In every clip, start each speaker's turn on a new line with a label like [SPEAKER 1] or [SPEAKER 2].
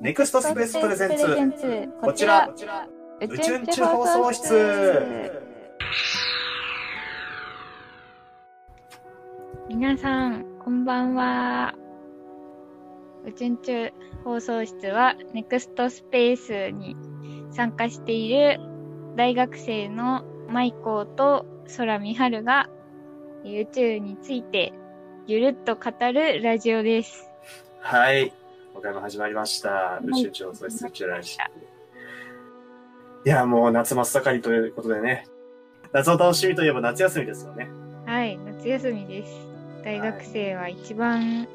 [SPEAKER 1] ネクストスペースプレゼンツこちら宇宙宇宙放送室
[SPEAKER 2] 皆さんこんばんは宇宙宇宙放送室はネクストスペースに参加している大学生の舞子と空見春が宇宙についてゆるっと語るラジオです。
[SPEAKER 1] はい今回も始まりました宇宙宇宙放送室宇宙ラジオいやもう夏真っ盛りということでね夏の楽しみといえば夏休みですよね
[SPEAKER 2] はい、夏休みです。大学生は一番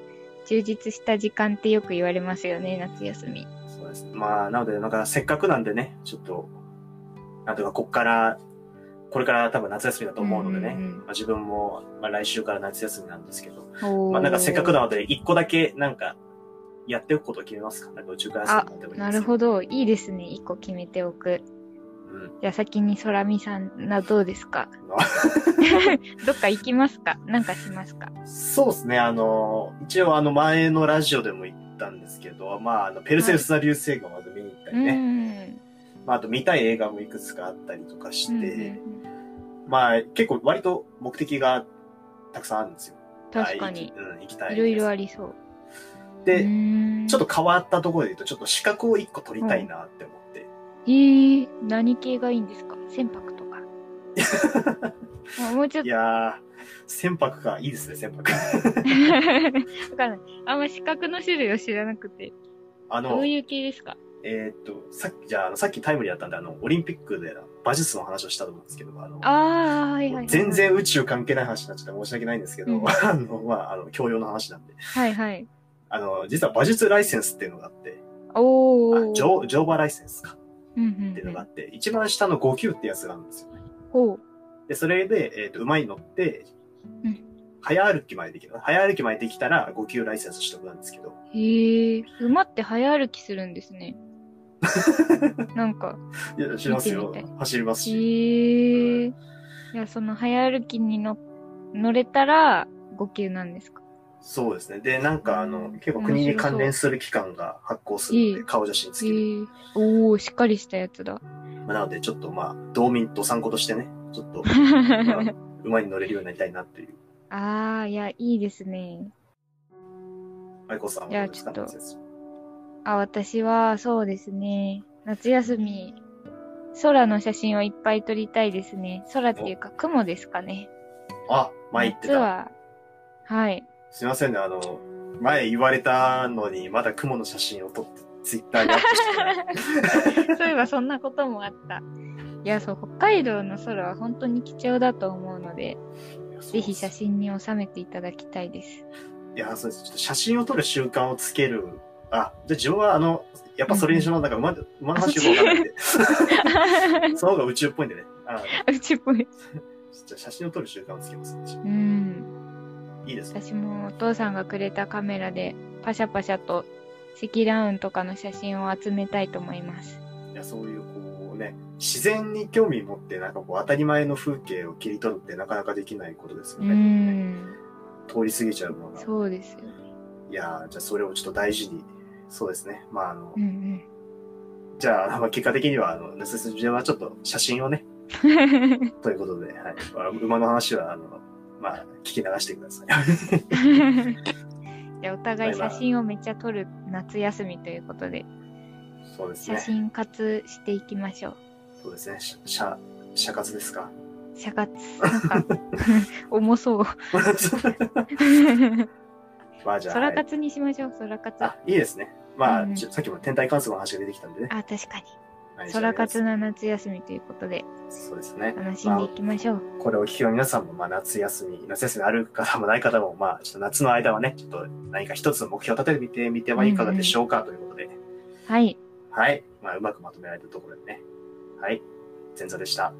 [SPEAKER 2] 充実した時間ってよく言われますよね、夏休み。
[SPEAKER 1] そうですねまあなのでなんかせっかくなんでねちょっとなんとかこっからこれから多分夏休みだと思うのでね、
[SPEAKER 2] うんうんうん
[SPEAKER 1] まあ、自分も、まあ、来週から夏休みなんですけど
[SPEAKER 2] ま
[SPEAKER 1] まあなんかせっかくなので、一個だけなんか、やっておくことを決めますかなんか宇宙開発でもいい
[SPEAKER 2] な
[SPEAKER 1] です
[SPEAKER 2] る
[SPEAKER 1] ど。
[SPEAKER 2] ほど、いいですね、一個決めておく。
[SPEAKER 1] うん
[SPEAKER 2] じゃあ先に空見さんなどうで すか
[SPEAKER 1] あ
[SPEAKER 2] どっか行きますかなんかしますか
[SPEAKER 1] そうですね、あの、一応あの前のラジオでも言ったんですけど、まあ、あのペルセウス座流星群をまず見に行った
[SPEAKER 2] う
[SPEAKER 1] りね、
[SPEAKER 2] ん。
[SPEAKER 1] まああと見たい映画もいくつかあったりとかし
[SPEAKER 2] うんうんう
[SPEAKER 1] て、
[SPEAKER 2] ん
[SPEAKER 1] まあ結構割と目的がたくさんあるんですよ。
[SPEAKER 2] 確かに
[SPEAKER 1] あ。行きうん、行きたい。
[SPEAKER 2] いろいろあ
[SPEAKER 1] り。
[SPEAKER 2] りそう。
[SPEAKER 1] で、
[SPEAKER 2] ち
[SPEAKER 1] ちょっと変わったところで言うと、ちょっと資格を一個取りたいなって思って。
[SPEAKER 2] えー、何系がいいんですか船舶とか。 もうもうちょっ
[SPEAKER 1] い
[SPEAKER 2] と。
[SPEAKER 1] やー、船舶か、いいですね、船舶。
[SPEAKER 2] わかんない。あんま資格の種類を知らなくて。
[SPEAKER 1] あの、
[SPEAKER 2] どういう系ですか
[SPEAKER 1] えーっと、さっき、じゃああの、さっきタイムリーだったんで、あの、オリンピックで馬術の話をしたと思うんですけど、あの、
[SPEAKER 2] ああ、はいはいはい。
[SPEAKER 1] 全。然宇宙関係ない話になっちゃって申し訳ないんですけど、
[SPEAKER 2] うん
[SPEAKER 1] あの、まあ、あの、教養の話なんで、
[SPEAKER 2] はいはい。
[SPEAKER 1] あの、実は馬術ライセンスっていうのがあって、
[SPEAKER 2] お
[SPEAKER 1] あ
[SPEAKER 2] ー。
[SPEAKER 1] 乗乗馬ライセンスか
[SPEAKER 2] うんう
[SPEAKER 1] っていうの
[SPEAKER 2] んう
[SPEAKER 1] があ
[SPEAKER 2] ん。
[SPEAKER 1] って、一番下の5級ってやつがあるんですよね。
[SPEAKER 2] ほう。
[SPEAKER 1] で、それで、えーっと、馬に乗って、
[SPEAKER 2] うん
[SPEAKER 1] 早歩きまでできる。早歩きまでできたら5級ライセンス取得なんですけど、
[SPEAKER 2] へえ、馬って早歩きするんで すね。なんか、
[SPEAKER 1] いや、知ります
[SPEAKER 2] 見
[SPEAKER 1] よ
[SPEAKER 2] てみた。
[SPEAKER 1] 走ります
[SPEAKER 2] へ
[SPEAKER 1] し。
[SPEAKER 2] え。いや、その早歩きにの乗れたら、5級なんですか
[SPEAKER 1] そうですね。で、なんかあの、結構国に関連する機関が発行するん
[SPEAKER 2] い
[SPEAKER 1] で、
[SPEAKER 2] い
[SPEAKER 1] 顔写真
[SPEAKER 2] へ
[SPEAKER 1] 付きで。
[SPEAKER 2] え。おおしっかりしたや つだ。
[SPEAKER 1] まあ、なので、ちょっとまあ、道民と参考としてね、ちょ っと、まあ馬に乗れるようになりたいなっていう。
[SPEAKER 2] ああ、いや、いいですね。
[SPEAKER 1] 愛子さん
[SPEAKER 2] いや
[SPEAKER 1] はどうですか
[SPEAKER 2] ちょっと
[SPEAKER 1] 夏休み
[SPEAKER 2] あ、私は、そうですね。夏休み、空の写真をいっぱい撮りたいですね。空っていうか、雲ですかね。
[SPEAKER 1] あ、前言って
[SPEAKER 2] 夏
[SPEAKER 1] た。
[SPEAKER 2] は、はい。
[SPEAKER 1] すいませんね、あの、前言われたのに、まだ雲の写真を撮って、ツイッターにアップしてない
[SPEAKER 2] そういえばそんなこともあった。いや、そう、北海道の空は本当に貴重だと思うので、 ぜひ写。真に収めていただきたいです。
[SPEAKER 1] いや、そうです。ちょっと写真を撮る習慣をつける。あ、じゃあ自分はあの、やっぱそれにしろ、なんか馬、馬の話よくわかんないんで。 その方が宇宙っぽいんでね。あ
[SPEAKER 2] うちっぽい。
[SPEAKER 1] じゃあ写真を撮る習慣をつけます。私
[SPEAKER 2] うん。
[SPEAKER 1] いいですね。
[SPEAKER 2] 私もお父さんがくれたカメラで、パシャパシャと積乱雲とかの写真を集めたいと思います。
[SPEAKER 1] いや、そういうこうね、自然に興味持って、なんかこう当たり前の風景を切り取るってなかなかできないことですよ
[SPEAKER 2] う
[SPEAKER 1] ね。ね
[SPEAKER 2] ん。
[SPEAKER 1] 通り過ぎちゃうものが。
[SPEAKER 2] そうですよ。
[SPEAKER 1] いやーじゃあそれをちょっと大事に。そうですね。まあ、あの
[SPEAKER 2] う、ん
[SPEAKER 1] じゃああの、まあ結果的には、あの、ナススジはちょっと写真を ね、
[SPEAKER 2] うん。
[SPEAKER 1] ということで、はい。まあ馬の話は、あの、まあ、聞き流してください。
[SPEAKER 2] じゃあお互い写真をめっちゃ撮る夏休みということで、
[SPEAKER 1] そうです
[SPEAKER 2] 写
[SPEAKER 1] ね。
[SPEAKER 2] 真活していきましょう。
[SPEAKER 1] そうですね。しゃ、社活ですか
[SPEAKER 2] シャカツ、なん か、重 そう。
[SPEAKER 1] まあじゃあ、は
[SPEAKER 2] 空
[SPEAKER 1] い、
[SPEAKER 2] 活にしましょう、空活。あ
[SPEAKER 1] あ、いいですね。まあ、
[SPEAKER 2] うん
[SPEAKER 1] ちょさっきも天体観測の話が出てきたんでね。
[SPEAKER 2] 確かに。
[SPEAKER 1] はい
[SPEAKER 2] 空活。
[SPEAKER 1] じゃ
[SPEAKER 2] の夏休みということで、
[SPEAKER 1] あそうですね。
[SPEAKER 2] 楽しんでいきましょう。
[SPEAKER 1] これをお聞きの皆さんも、まあ、夏休み、夏休みある方もない方も、まあ、ちょっと夏の間はね、ちょっと何か一つの目標を立ててみてみてはいかがでしょうかということで、
[SPEAKER 2] はい。
[SPEAKER 1] はい。まあ、うまくまとめられたところでね。はい。前座でした。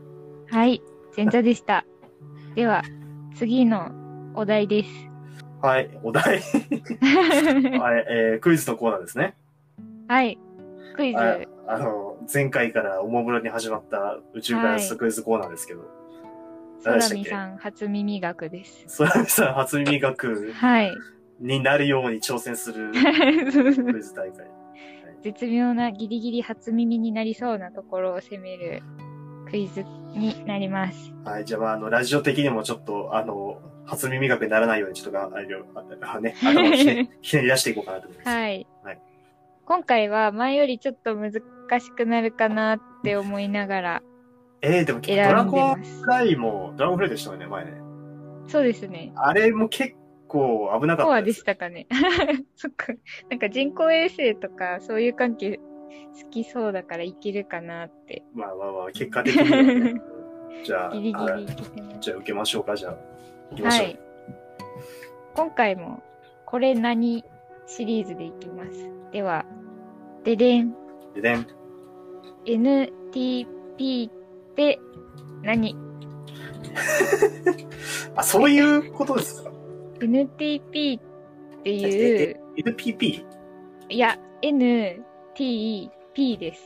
[SPEAKER 2] はい。前座 でした。では、次のお題 です。
[SPEAKER 1] はい。お 題、あれ、えークイズのコーナーですね。
[SPEAKER 2] はい。クイズ。
[SPEAKER 1] ああの、前回からおもむろに始まった宇宙開発クイズコーナーですけど、何で
[SPEAKER 2] 空見
[SPEAKER 1] したっけ
[SPEAKER 2] さん初耳学です。
[SPEAKER 1] そらみさん初耳学
[SPEAKER 2] はい。
[SPEAKER 1] になるように挑戦するクイズ大会。
[SPEAKER 2] 絶妙なギリギリ初耳になりそうなところを攻めるクイズになります。
[SPEAKER 1] はい、じゃあ、まあ、あの、ラジオ的にもちょっと、あの、初耳学にならないように、ちょっとが、あれを、あ ね、頭をひねひねり出していこうかなと思います。
[SPEAKER 2] はい。
[SPEAKER 1] はい
[SPEAKER 2] 今回は前よりちょっと難しくなるかなって思いながら
[SPEAKER 1] えー、でも、ド
[SPEAKER 2] 選
[SPEAKER 1] ラ
[SPEAKER 2] んで
[SPEAKER 1] ゴン
[SPEAKER 2] ます
[SPEAKER 1] フ。ライも、ドラゴンフライでしたよね、前ね。
[SPEAKER 2] そうですね。
[SPEAKER 1] あれも結構危なか
[SPEAKER 2] コ
[SPEAKER 1] った
[SPEAKER 2] アでしたかね。 そっか。なんか人工衛星とかそういう関係好きそうだからいけるかなって。
[SPEAKER 1] まあまあまあ、結果的にはね、 じゃあ、
[SPEAKER 2] ギリギ
[SPEAKER 1] は
[SPEAKER 2] リい
[SPEAKER 1] い
[SPEAKER 2] けてます。
[SPEAKER 1] じゃあ受けましょうか、じゃあ。行きま
[SPEAKER 2] は
[SPEAKER 1] しょう。
[SPEAKER 2] い。今回もこれ何シリーズでいきます。では、ででん。
[SPEAKER 1] ででん
[SPEAKER 2] NTP って何
[SPEAKER 1] あ、そういうことですか
[SPEAKER 2] ?NTP ってい
[SPEAKER 1] え
[SPEAKER 2] う、
[SPEAKER 1] ?NPP?
[SPEAKER 2] いや、NTP です。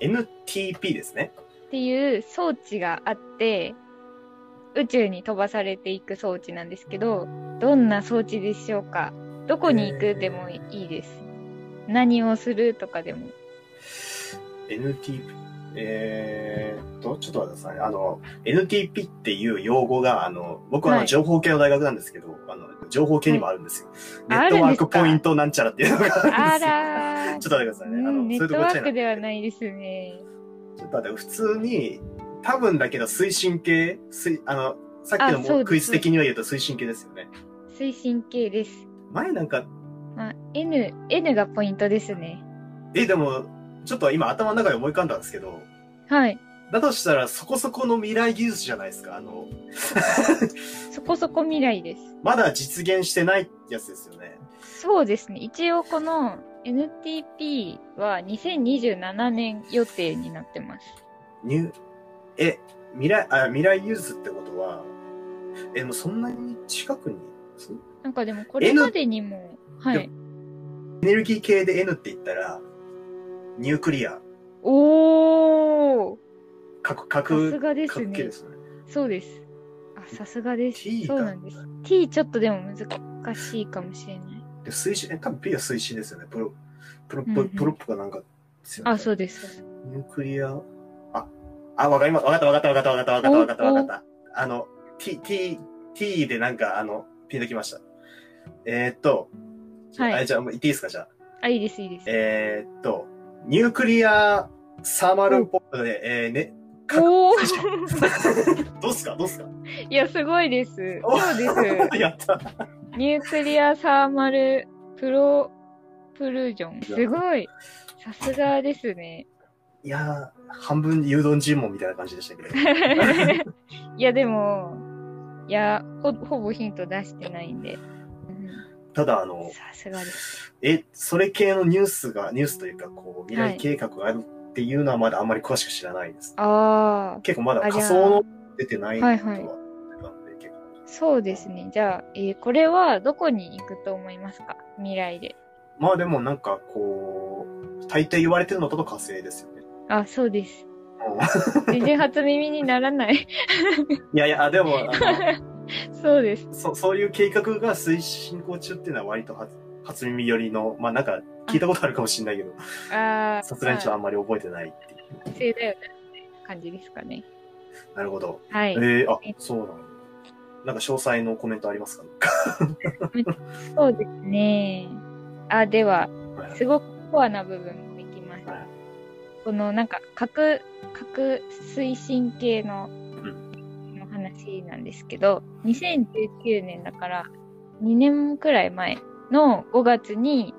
[SPEAKER 1] NTP ですね。
[SPEAKER 2] っていう装置があって宇宙に飛ばされていく装置なんですけどどんな装置でしょうかどこに行くでもいいです、何をするとかでも
[SPEAKER 1] NTP。えーっと、ちょっと待ってください。あの、NTP っていう用語が、あの、僕はあの
[SPEAKER 2] はい
[SPEAKER 1] 情報系の大学なんですけど、あの、情報系にもあるんですよ。
[SPEAKER 2] はいあ
[SPEAKER 1] ネットワー
[SPEAKER 2] あるんです
[SPEAKER 1] ク
[SPEAKER 2] か
[SPEAKER 1] ポイントなんちゃらっていうのがあ
[SPEAKER 2] あ
[SPEAKER 1] るんですよ。
[SPEAKER 2] らー
[SPEAKER 1] ちょっと待ってくださいね。 あ
[SPEAKER 2] う
[SPEAKER 1] の、
[SPEAKER 2] ん、ネ
[SPEAKER 1] そういうと
[SPEAKER 2] ット
[SPEAKER 1] こ
[SPEAKER 2] ワ
[SPEAKER 1] ろじゃ
[SPEAKER 2] ー
[SPEAKER 1] な
[SPEAKER 2] ク
[SPEAKER 1] い。
[SPEAKER 2] ではないですね
[SPEAKER 1] ちょっと待って、普通に、多分だけど推進系、推あの、さっき
[SPEAKER 2] あ
[SPEAKER 1] の
[SPEAKER 2] そう
[SPEAKER 1] も
[SPEAKER 2] です
[SPEAKER 1] クイズ的には言うと推進系ですよね。
[SPEAKER 2] 推進系です、
[SPEAKER 1] 前なんか、
[SPEAKER 2] まあ、N, N がポイントですね
[SPEAKER 1] え、でも、ちょっと今頭の中で思い浮かんだんですけど、
[SPEAKER 2] はい
[SPEAKER 1] だとしたらそこそこの未来技術じゃないですか。あの、
[SPEAKER 2] そこそこ未来です
[SPEAKER 1] まだ実現してないやつですよね。
[SPEAKER 2] そうですね一応この NTP は2027年予定になってます
[SPEAKER 1] ニュー、え、未来、あ、未来技術ってことは、え、でもうそんなに近くに、そ
[SPEAKER 2] なんかでもこれ
[SPEAKER 1] N
[SPEAKER 2] までにも、はい。
[SPEAKER 1] エネルギー系で N って言ったら、ニュークリア、
[SPEAKER 2] おー
[SPEAKER 1] 核、
[SPEAKER 2] さす
[SPEAKER 1] 核、
[SPEAKER 2] がです
[SPEAKER 1] 核系
[SPEAKER 2] ね
[SPEAKER 1] で。すよね。
[SPEAKER 2] そうです。あ、さすがです。
[SPEAKER 1] T
[SPEAKER 2] そう
[SPEAKER 1] が
[SPEAKER 2] なんです。T ちょっとでも難しいかもしれない。
[SPEAKER 1] で推進、え、多分 B は推進ですよね。プロ、プロ、
[SPEAKER 2] うん
[SPEAKER 1] プ
[SPEAKER 2] うん
[SPEAKER 1] ロプロップかなんかですよね。
[SPEAKER 2] あ、そうです。
[SPEAKER 1] ニュークリア、あ、あ、わかります。わかったわかったわかったわかったわかったわかったわかった。あの、t, t, t でなんか、あの、ピンときました。えー、っと、
[SPEAKER 2] はい
[SPEAKER 1] あじゃあ、もう言っていいですか、じゃあ。
[SPEAKER 2] あ、いいです、いいです。
[SPEAKER 1] えー、っと、ニュークリアサーマルポートで、えー、ね、核
[SPEAKER 2] おお
[SPEAKER 1] どうっすかどうっすか
[SPEAKER 2] いや、すごいです。
[SPEAKER 1] お
[SPEAKER 2] そうです。
[SPEAKER 1] やった。
[SPEAKER 2] ニュークリアサーマルプロプルジョン。すごい。さすがですね。
[SPEAKER 1] いやー、半分牛丼尋問みたいな感じでしたけ ど。
[SPEAKER 2] いや、でも、いやほ、ほぼヒント出してないんで。
[SPEAKER 1] ただ、あ
[SPEAKER 2] うん
[SPEAKER 1] の、
[SPEAKER 2] さすがです。
[SPEAKER 1] え、それ系のニュースが、ニュースというか、こう、未来計画があるっていうのはまだあんまり詳しく知らないです。
[SPEAKER 2] ああ。
[SPEAKER 1] 結構まだ
[SPEAKER 2] あじゃ
[SPEAKER 1] 仮
[SPEAKER 2] あ
[SPEAKER 1] 想の出てないの
[SPEAKER 2] は
[SPEAKER 1] はい
[SPEAKER 2] はい
[SPEAKER 1] なんで結構
[SPEAKER 2] そうですね。じゃあ、えーこれはどこに行くと思いますか未来で。
[SPEAKER 1] まあでもなんかこう、大抵言われてるのとの火星ですよね。
[SPEAKER 2] あ、そうです。
[SPEAKER 1] うん
[SPEAKER 2] 全然初耳にならない。
[SPEAKER 1] いやいや、でもあ
[SPEAKER 2] そうです。
[SPEAKER 1] のそ、そういう計画が推進行中っていうのは割と初初耳寄りの、まあなんか聞いたことあるかもしれないけど、
[SPEAKER 2] ああ、
[SPEAKER 1] さすがにちょっとあ
[SPEAKER 2] ま
[SPEAKER 1] んまり覚えてないっていう。
[SPEAKER 2] あ、正だよね。感じですかね。
[SPEAKER 1] なるほど。
[SPEAKER 2] はい
[SPEAKER 1] え。ー、あ、そうなの。なんか詳細のコメントありますか
[SPEAKER 2] そうですね。あ、では、
[SPEAKER 1] はい
[SPEAKER 2] すごくコアな部分もいきます
[SPEAKER 1] はい。
[SPEAKER 2] このなんか核、核推進系のの話なんですけど、2019年だから2年くらい前の5月に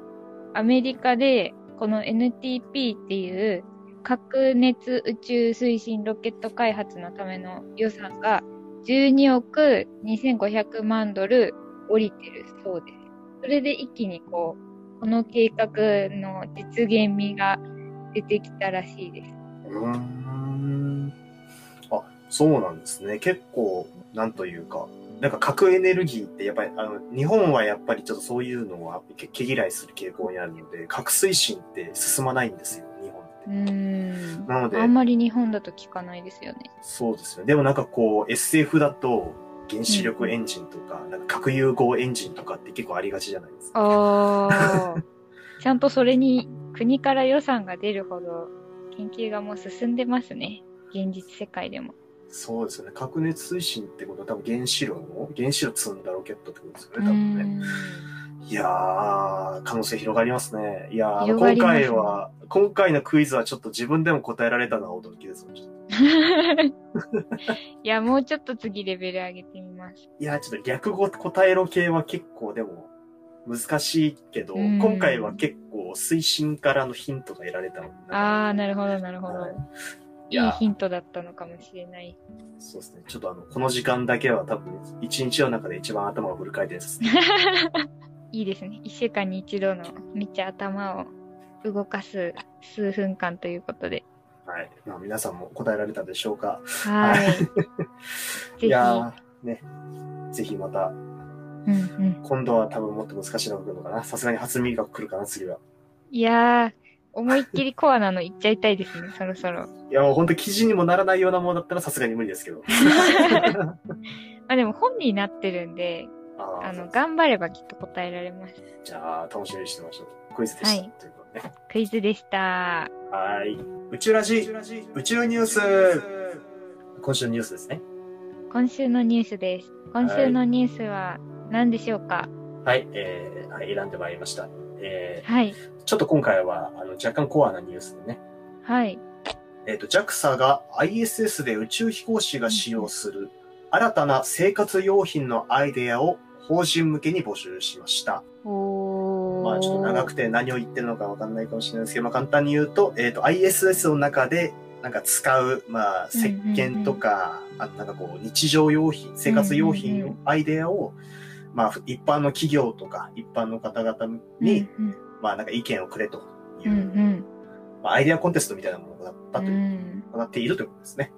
[SPEAKER 2] アメリカでこの NTP っていう核熱宇宙推進ロケット開発のための予算が12億2500万ドル降りてるそうです。それで一気にこう、この計画の実現味が出てきたらしいです。
[SPEAKER 1] うーん。あ、そうなんですね。結構、なんというか、なんか核エネルギーってやっぱり、あの、日本はやっぱりちょっとそういうのはけ毛嫌いする傾向にあるので、核推進って進まないんですよ、日本って。
[SPEAKER 2] うーん。
[SPEAKER 1] なので
[SPEAKER 2] あんまり日本だと聞かないですよね。
[SPEAKER 1] そうですよね。でもなんかこう、SF だと、原子力エンジンとか、なんか核融合エンジンとかって結構ありがちじゃないですか。
[SPEAKER 2] ああ。ちゃんとそれに国から予算が出るほど研究がもう進んでますね。現実世界でも。
[SPEAKER 1] そうですよね。核熱推進ってことは多分原子炉の、原子炉積んだロケットってことですよね、
[SPEAKER 2] う
[SPEAKER 1] 多分ね。
[SPEAKER 2] ん。
[SPEAKER 1] いやー、可能性広がりますね。いやー、
[SPEAKER 2] 広が
[SPEAKER 1] 今
[SPEAKER 2] りますね
[SPEAKER 1] 回は、今回のクイズはちょっと自分でも答えられたのは驚きです。ちょっと
[SPEAKER 2] いや、もうちょっと次レベル上げてみます。
[SPEAKER 1] いやー、ちょっと略語答えろ系は結構でも難しいけど、
[SPEAKER 2] うん
[SPEAKER 1] 今回は結構推進からのヒントが得られたので
[SPEAKER 2] あー、なるほど、なるほど
[SPEAKER 1] はい。い
[SPEAKER 2] い
[SPEAKER 1] や
[SPEAKER 2] い
[SPEAKER 1] ー
[SPEAKER 2] ヒントだったのかもしれない。
[SPEAKER 1] そうですね。ちょっとあの、この時間だけは多分、一日の中で一番頭がフル回転です。
[SPEAKER 2] いいですね。一週間に一度のめっちゃ頭を動かす数分間ということで。
[SPEAKER 1] はい。まあ皆さんも答えられたでしょうか。
[SPEAKER 2] はい。
[SPEAKER 1] いやー、ね。ぜひまた、
[SPEAKER 2] うんうん。
[SPEAKER 1] 今度は多分もっと難しいのが来るのかな。さすがに初耳が来るかな、次は。
[SPEAKER 2] いやー、思いっきりコアなの言っちゃいたいですね、そろそろ。
[SPEAKER 1] いや、もう本当記事にもならないようなものだったらさすがに無理 ですけど。
[SPEAKER 2] あ、でも本になってるんで、
[SPEAKER 1] あー
[SPEAKER 2] あの、頑張ればきっと答えられます。
[SPEAKER 1] じゃあ、楽しみにしてましょう。クイズでした。
[SPEAKER 2] はい
[SPEAKER 1] ということでね。
[SPEAKER 2] クイズでした。
[SPEAKER 1] はーい。宇宙ラジ、宇宙ニュース。今週のニュースですね。
[SPEAKER 2] 今週のニュースです。今週のニュースは何でしょうか
[SPEAKER 1] はい、えーはい、選んでまいりました。え
[SPEAKER 2] はい。
[SPEAKER 1] ーちょっと今回は、あの、若干コアなニュースでね。
[SPEAKER 2] はい。
[SPEAKER 1] えっ、と、JAXA が ISS で宇宙飛行士が使用する新たな生活用品のアイデアを法人向けに募集しました。
[SPEAKER 2] おー。
[SPEAKER 1] まあちょっと長
[SPEAKER 2] く。
[SPEAKER 1] くて何を言ってるのかわかんないかもしれないですけど、まあ簡単に言うと、えっ、と ISS の中でなんか使う、まあ石鹸とか、あとなんかこう日常用品、生活用品
[SPEAKER 2] うんうん
[SPEAKER 1] のアイデアを、まあ一般の企業とか一般の方々
[SPEAKER 2] うん
[SPEAKER 1] に、まあなんか意見をくれというう、
[SPEAKER 2] ん。うん
[SPEAKER 1] まあアイデアコンテストみたいなものがあ
[SPEAKER 2] う。
[SPEAKER 1] ったというん行っているということですね。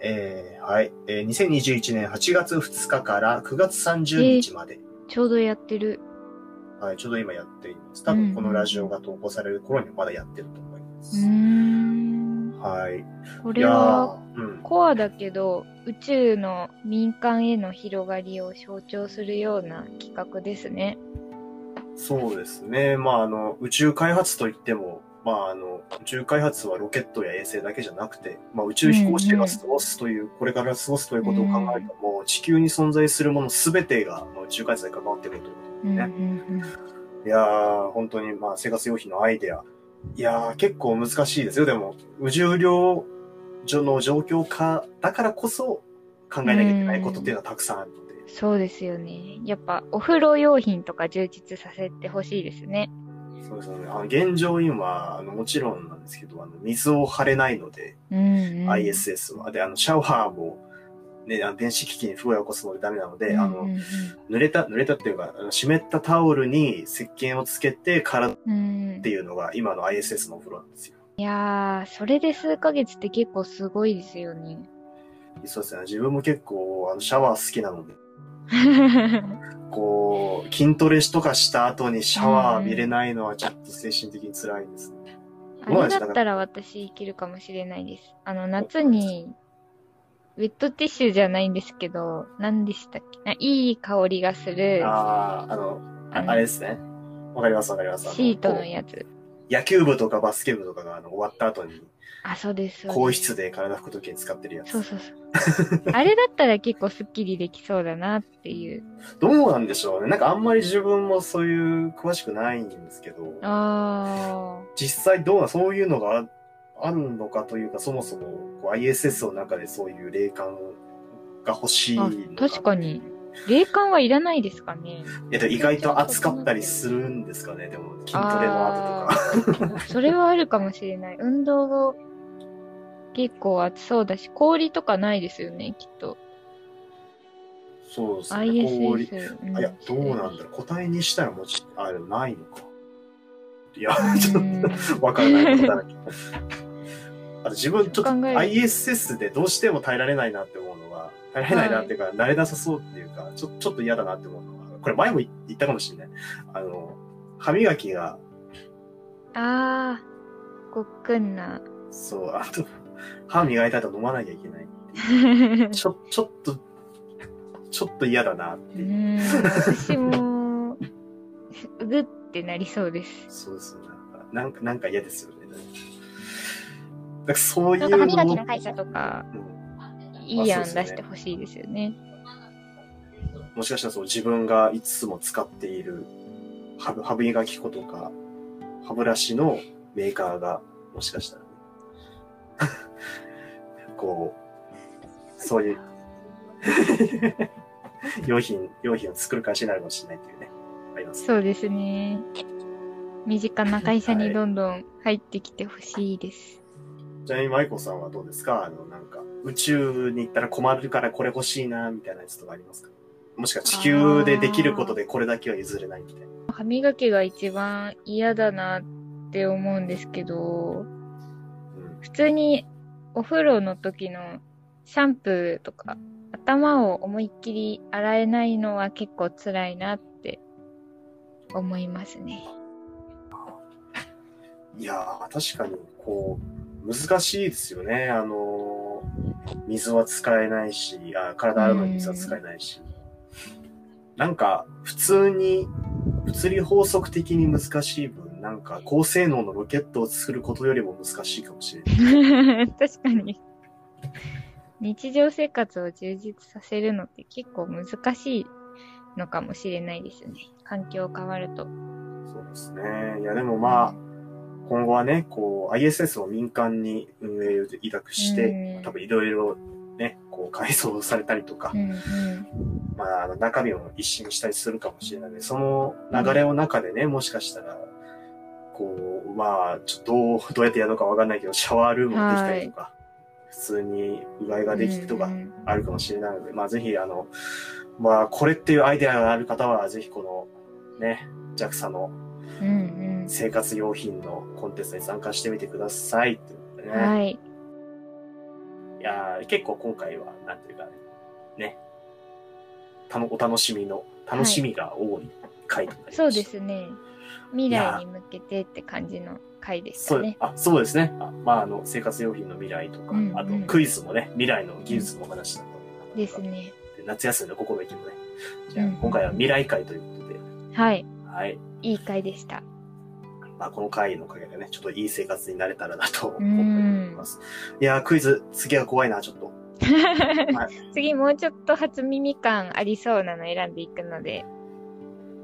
[SPEAKER 1] えーはい、えー2021年8月2日から9月30日まで、
[SPEAKER 2] ちょうどやってる。
[SPEAKER 1] はい、ちょうど今やっています。多分このラジオが投稿される頃にはまだやってると思いま
[SPEAKER 2] う
[SPEAKER 1] す。
[SPEAKER 2] ーん。
[SPEAKER 1] はい。
[SPEAKER 2] こ
[SPEAKER 1] い
[SPEAKER 2] れ
[SPEAKER 1] や
[SPEAKER 2] は、
[SPEAKER 1] ーうん、
[SPEAKER 2] コアだけど、宇宙の民間への広がりを象徴するような企画ですね。
[SPEAKER 1] そうですね。まあ、あの、宇宙開発といっても、まあ、あの、宇宙開発はロケットや衛星だけじゃなくて、まあ、宇宙飛行士が過ごすという、これから過ごすということを考えると、もう地球に存在するもの全てが、まあ、宇宙開発に関わってくるということ
[SPEAKER 2] うん
[SPEAKER 1] ねいやー、本当に、まあ、生活用品のアイデア。いやー、結構難しいですよ。でも、無重量所の状況下だからこそ考えなきゃいけないことっていうのはたくさんあるので。
[SPEAKER 2] そうですよね。やっぱお風呂用品とか充実させてほしいですね。
[SPEAKER 1] そうですよね。あの現状今、あのもちろんなんですけど、あの水を張れないので、
[SPEAKER 2] うん、うん。。
[SPEAKER 1] ISS は。で、あの、シャワーも、ね、あの電子機器に不具合を起こすのでダメなので、あ
[SPEAKER 2] う
[SPEAKER 1] の、
[SPEAKER 2] ん
[SPEAKER 1] 濡れた、濡れたっていうか、あの湿ったタオルに石鹸をつけて体っ
[SPEAKER 2] うん、うん
[SPEAKER 1] て。いうのが今の ISS のお風呂なんですよ。
[SPEAKER 2] いやー、それで数ヶ月って結構すごいですよね。
[SPEAKER 1] そうですね。自分も結構、あの、シャワー好きなので、こう、筋トレとかした後にシャワー浴びれないのはちょっと精神的に辛いですね。
[SPEAKER 2] あれだったら私生きるかもしれないです。あの、夏に、ウェットティッシュじゃないんですけど、何でしたっけあいい香りがする、
[SPEAKER 1] ああ、あの、あ
[SPEAKER 2] あの
[SPEAKER 1] あれですね。わかりますわかります。あの
[SPEAKER 2] シートの
[SPEAKER 1] こ
[SPEAKER 2] やつ。
[SPEAKER 1] う野球部とかバスケ部とかがあの終わった後に、
[SPEAKER 2] あ、そうです。
[SPEAKER 1] 更衣室で体拭くときに使ってるやつ。
[SPEAKER 2] そうです。そうそう そう。あれだったら結構スッキリできそうだなっていう。
[SPEAKER 1] どうなんでしょうね。なんかあんまり自分もそういう詳しくないんですけど、
[SPEAKER 2] あー
[SPEAKER 1] 実際どうな、そういうのがああるのかというか、そもそもこう ISS の中でそういう霊感が欲しいの
[SPEAKER 2] あ確かに。霊感はいらないですかね。
[SPEAKER 1] えっと、意外と暑かったりするんですかね、でも、筋トレの後とか。
[SPEAKER 2] それはあるかもしれない。運動後、結構暑そうだし、氷とかないですよね、きっと。
[SPEAKER 1] そうですね、氷。
[SPEAKER 2] ISS。うん
[SPEAKER 1] あいや、どうなんだろう。個体にしたらもち、あれ、ないのか。いや、
[SPEAKER 2] う
[SPEAKER 1] ちょっ
[SPEAKER 2] ん
[SPEAKER 1] と、わからないことだらけ。あと自分、ちょっと
[SPEAKER 2] 考える
[SPEAKER 1] ISS でどうしても耐えられないなって思うのは、耐えられないなっていうか、慣れなさそうっていうか、ちょちょっと嫌だなって思うのは、これ前も言言ったかもしれない。あの、歯磨きが、
[SPEAKER 2] あー、ごっくん な。
[SPEAKER 1] そう、あと、歯磨いた後飲まなきゃいけない。ちょ、ちょっと、ちょっと嫌だなっ
[SPEAKER 2] う
[SPEAKER 1] ていう。
[SPEAKER 2] ん、私も、うぐってなりそうです。
[SPEAKER 1] そうですね。なんかなんか、なんか嫌ですよね。だからそういう
[SPEAKER 2] なん
[SPEAKER 1] の
[SPEAKER 2] か
[SPEAKER 1] も
[SPEAKER 2] 歯磨きの会社とか、
[SPEAKER 1] うん
[SPEAKER 2] いい案
[SPEAKER 1] あそうですね
[SPEAKER 2] 出してほしいですよね。
[SPEAKER 1] もしかしたらそう自分がいつも使っている歯歯磨き粉とか、歯ブラシのメーカーが、もしかしたらね、 こう、そう いう用品、用品を作る会社になるかもしれないっていうね、あります。
[SPEAKER 2] そうですね。身近な会社
[SPEAKER 1] は
[SPEAKER 2] に
[SPEAKER 1] い
[SPEAKER 2] どんどん入ってきてほしいです。
[SPEAKER 1] ちなみに舞子さんはどうですかあの、なんか、宇宙に行ったら困るからこれ欲しいな、みたいなやつとかありますかもしくは地球でできることでこれだけは譲れないみたいな。
[SPEAKER 2] 歯磨きが一番嫌だなって思うんですけど、
[SPEAKER 1] うん
[SPEAKER 2] 普通にお風呂の時のシャンプーとか、頭を思いっきり洗えないのは結構辛いなって思いますね。
[SPEAKER 1] いやー、確かに、こう、難しいですよね。あのー水は使えないし、あ体洗うのに水は使えないし。なんか、普通に、物理法則的に難しい分、なんか、高性能のロケットを作ることよりも難しいかもしれない。
[SPEAKER 2] 確かに。日常生活を充実させるのって結構難しいのかもしれないですね。環境変わると。
[SPEAKER 1] そうですね。いや、でもまあ、今後はね、こう、ISS を民間に運営を委託して、
[SPEAKER 2] うん
[SPEAKER 1] 多分いろいろね、こう、改装されたりとか
[SPEAKER 2] う、んうん
[SPEAKER 1] まあ、あの中身を一新したりするかもしれないので、その流れの中でね、もしかしたら、こう、まあ、ちょっとどう、どうやってやるのかわかんないけど、シャワールームができたりとか、普通にうがいができてとか
[SPEAKER 2] うんうん
[SPEAKER 1] あるかもしれないので、まあ、ぜひ、あの、まあ、これっていうアイデアがある方は、ぜひこの、ね、JAXA の
[SPEAKER 2] うん
[SPEAKER 1] 生活用品のコンテンツに参加してみてくださいってことで
[SPEAKER 2] う
[SPEAKER 1] ね。
[SPEAKER 2] ん。はい。
[SPEAKER 1] いやー結構今回は、なんていうかね、ねたのお楽しみの、楽しみが多い回となりました、
[SPEAKER 2] そうですね。未来に向けてって感じの回でしたね。
[SPEAKER 1] そうあそうですね。あまあ、あの、生活用品の未来とか、
[SPEAKER 2] うんうん
[SPEAKER 1] あとクイズもね、未来の技術のお話だったり
[SPEAKER 2] ですね。
[SPEAKER 1] で夏休みの心意気もね。じゃあ
[SPEAKER 2] うんうん
[SPEAKER 1] 今回は未来会ということで、
[SPEAKER 2] はい。
[SPEAKER 1] はい。
[SPEAKER 2] いい回でした。
[SPEAKER 1] まあ、この回のおかげでね、ちょっといい生活になれたらなと
[SPEAKER 2] う
[SPEAKER 1] 思い
[SPEAKER 2] ん
[SPEAKER 1] ま。す。いやークイズ、次は怖いな、ちょっと。はい。
[SPEAKER 2] 次もうちょっと初耳感ありそうなの選んでいくので、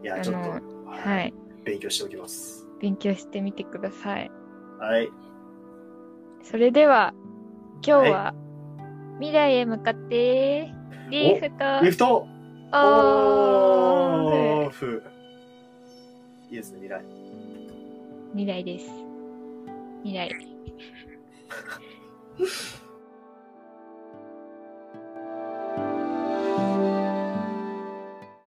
[SPEAKER 1] いやーちょっと、
[SPEAKER 2] あ
[SPEAKER 1] は、
[SPEAKER 2] はいい。
[SPEAKER 1] 勉強しておきます。
[SPEAKER 2] 勉強してみてください。
[SPEAKER 1] はい。
[SPEAKER 2] それでは、今日は、未来へ向かって、リーフ
[SPEAKER 1] リ
[SPEAKER 2] と
[SPEAKER 1] フト
[SPEAKER 2] オ
[SPEAKER 1] オ
[SPEAKER 2] ー
[SPEAKER 1] ーフいいですね、未来。
[SPEAKER 2] 未来です。未来。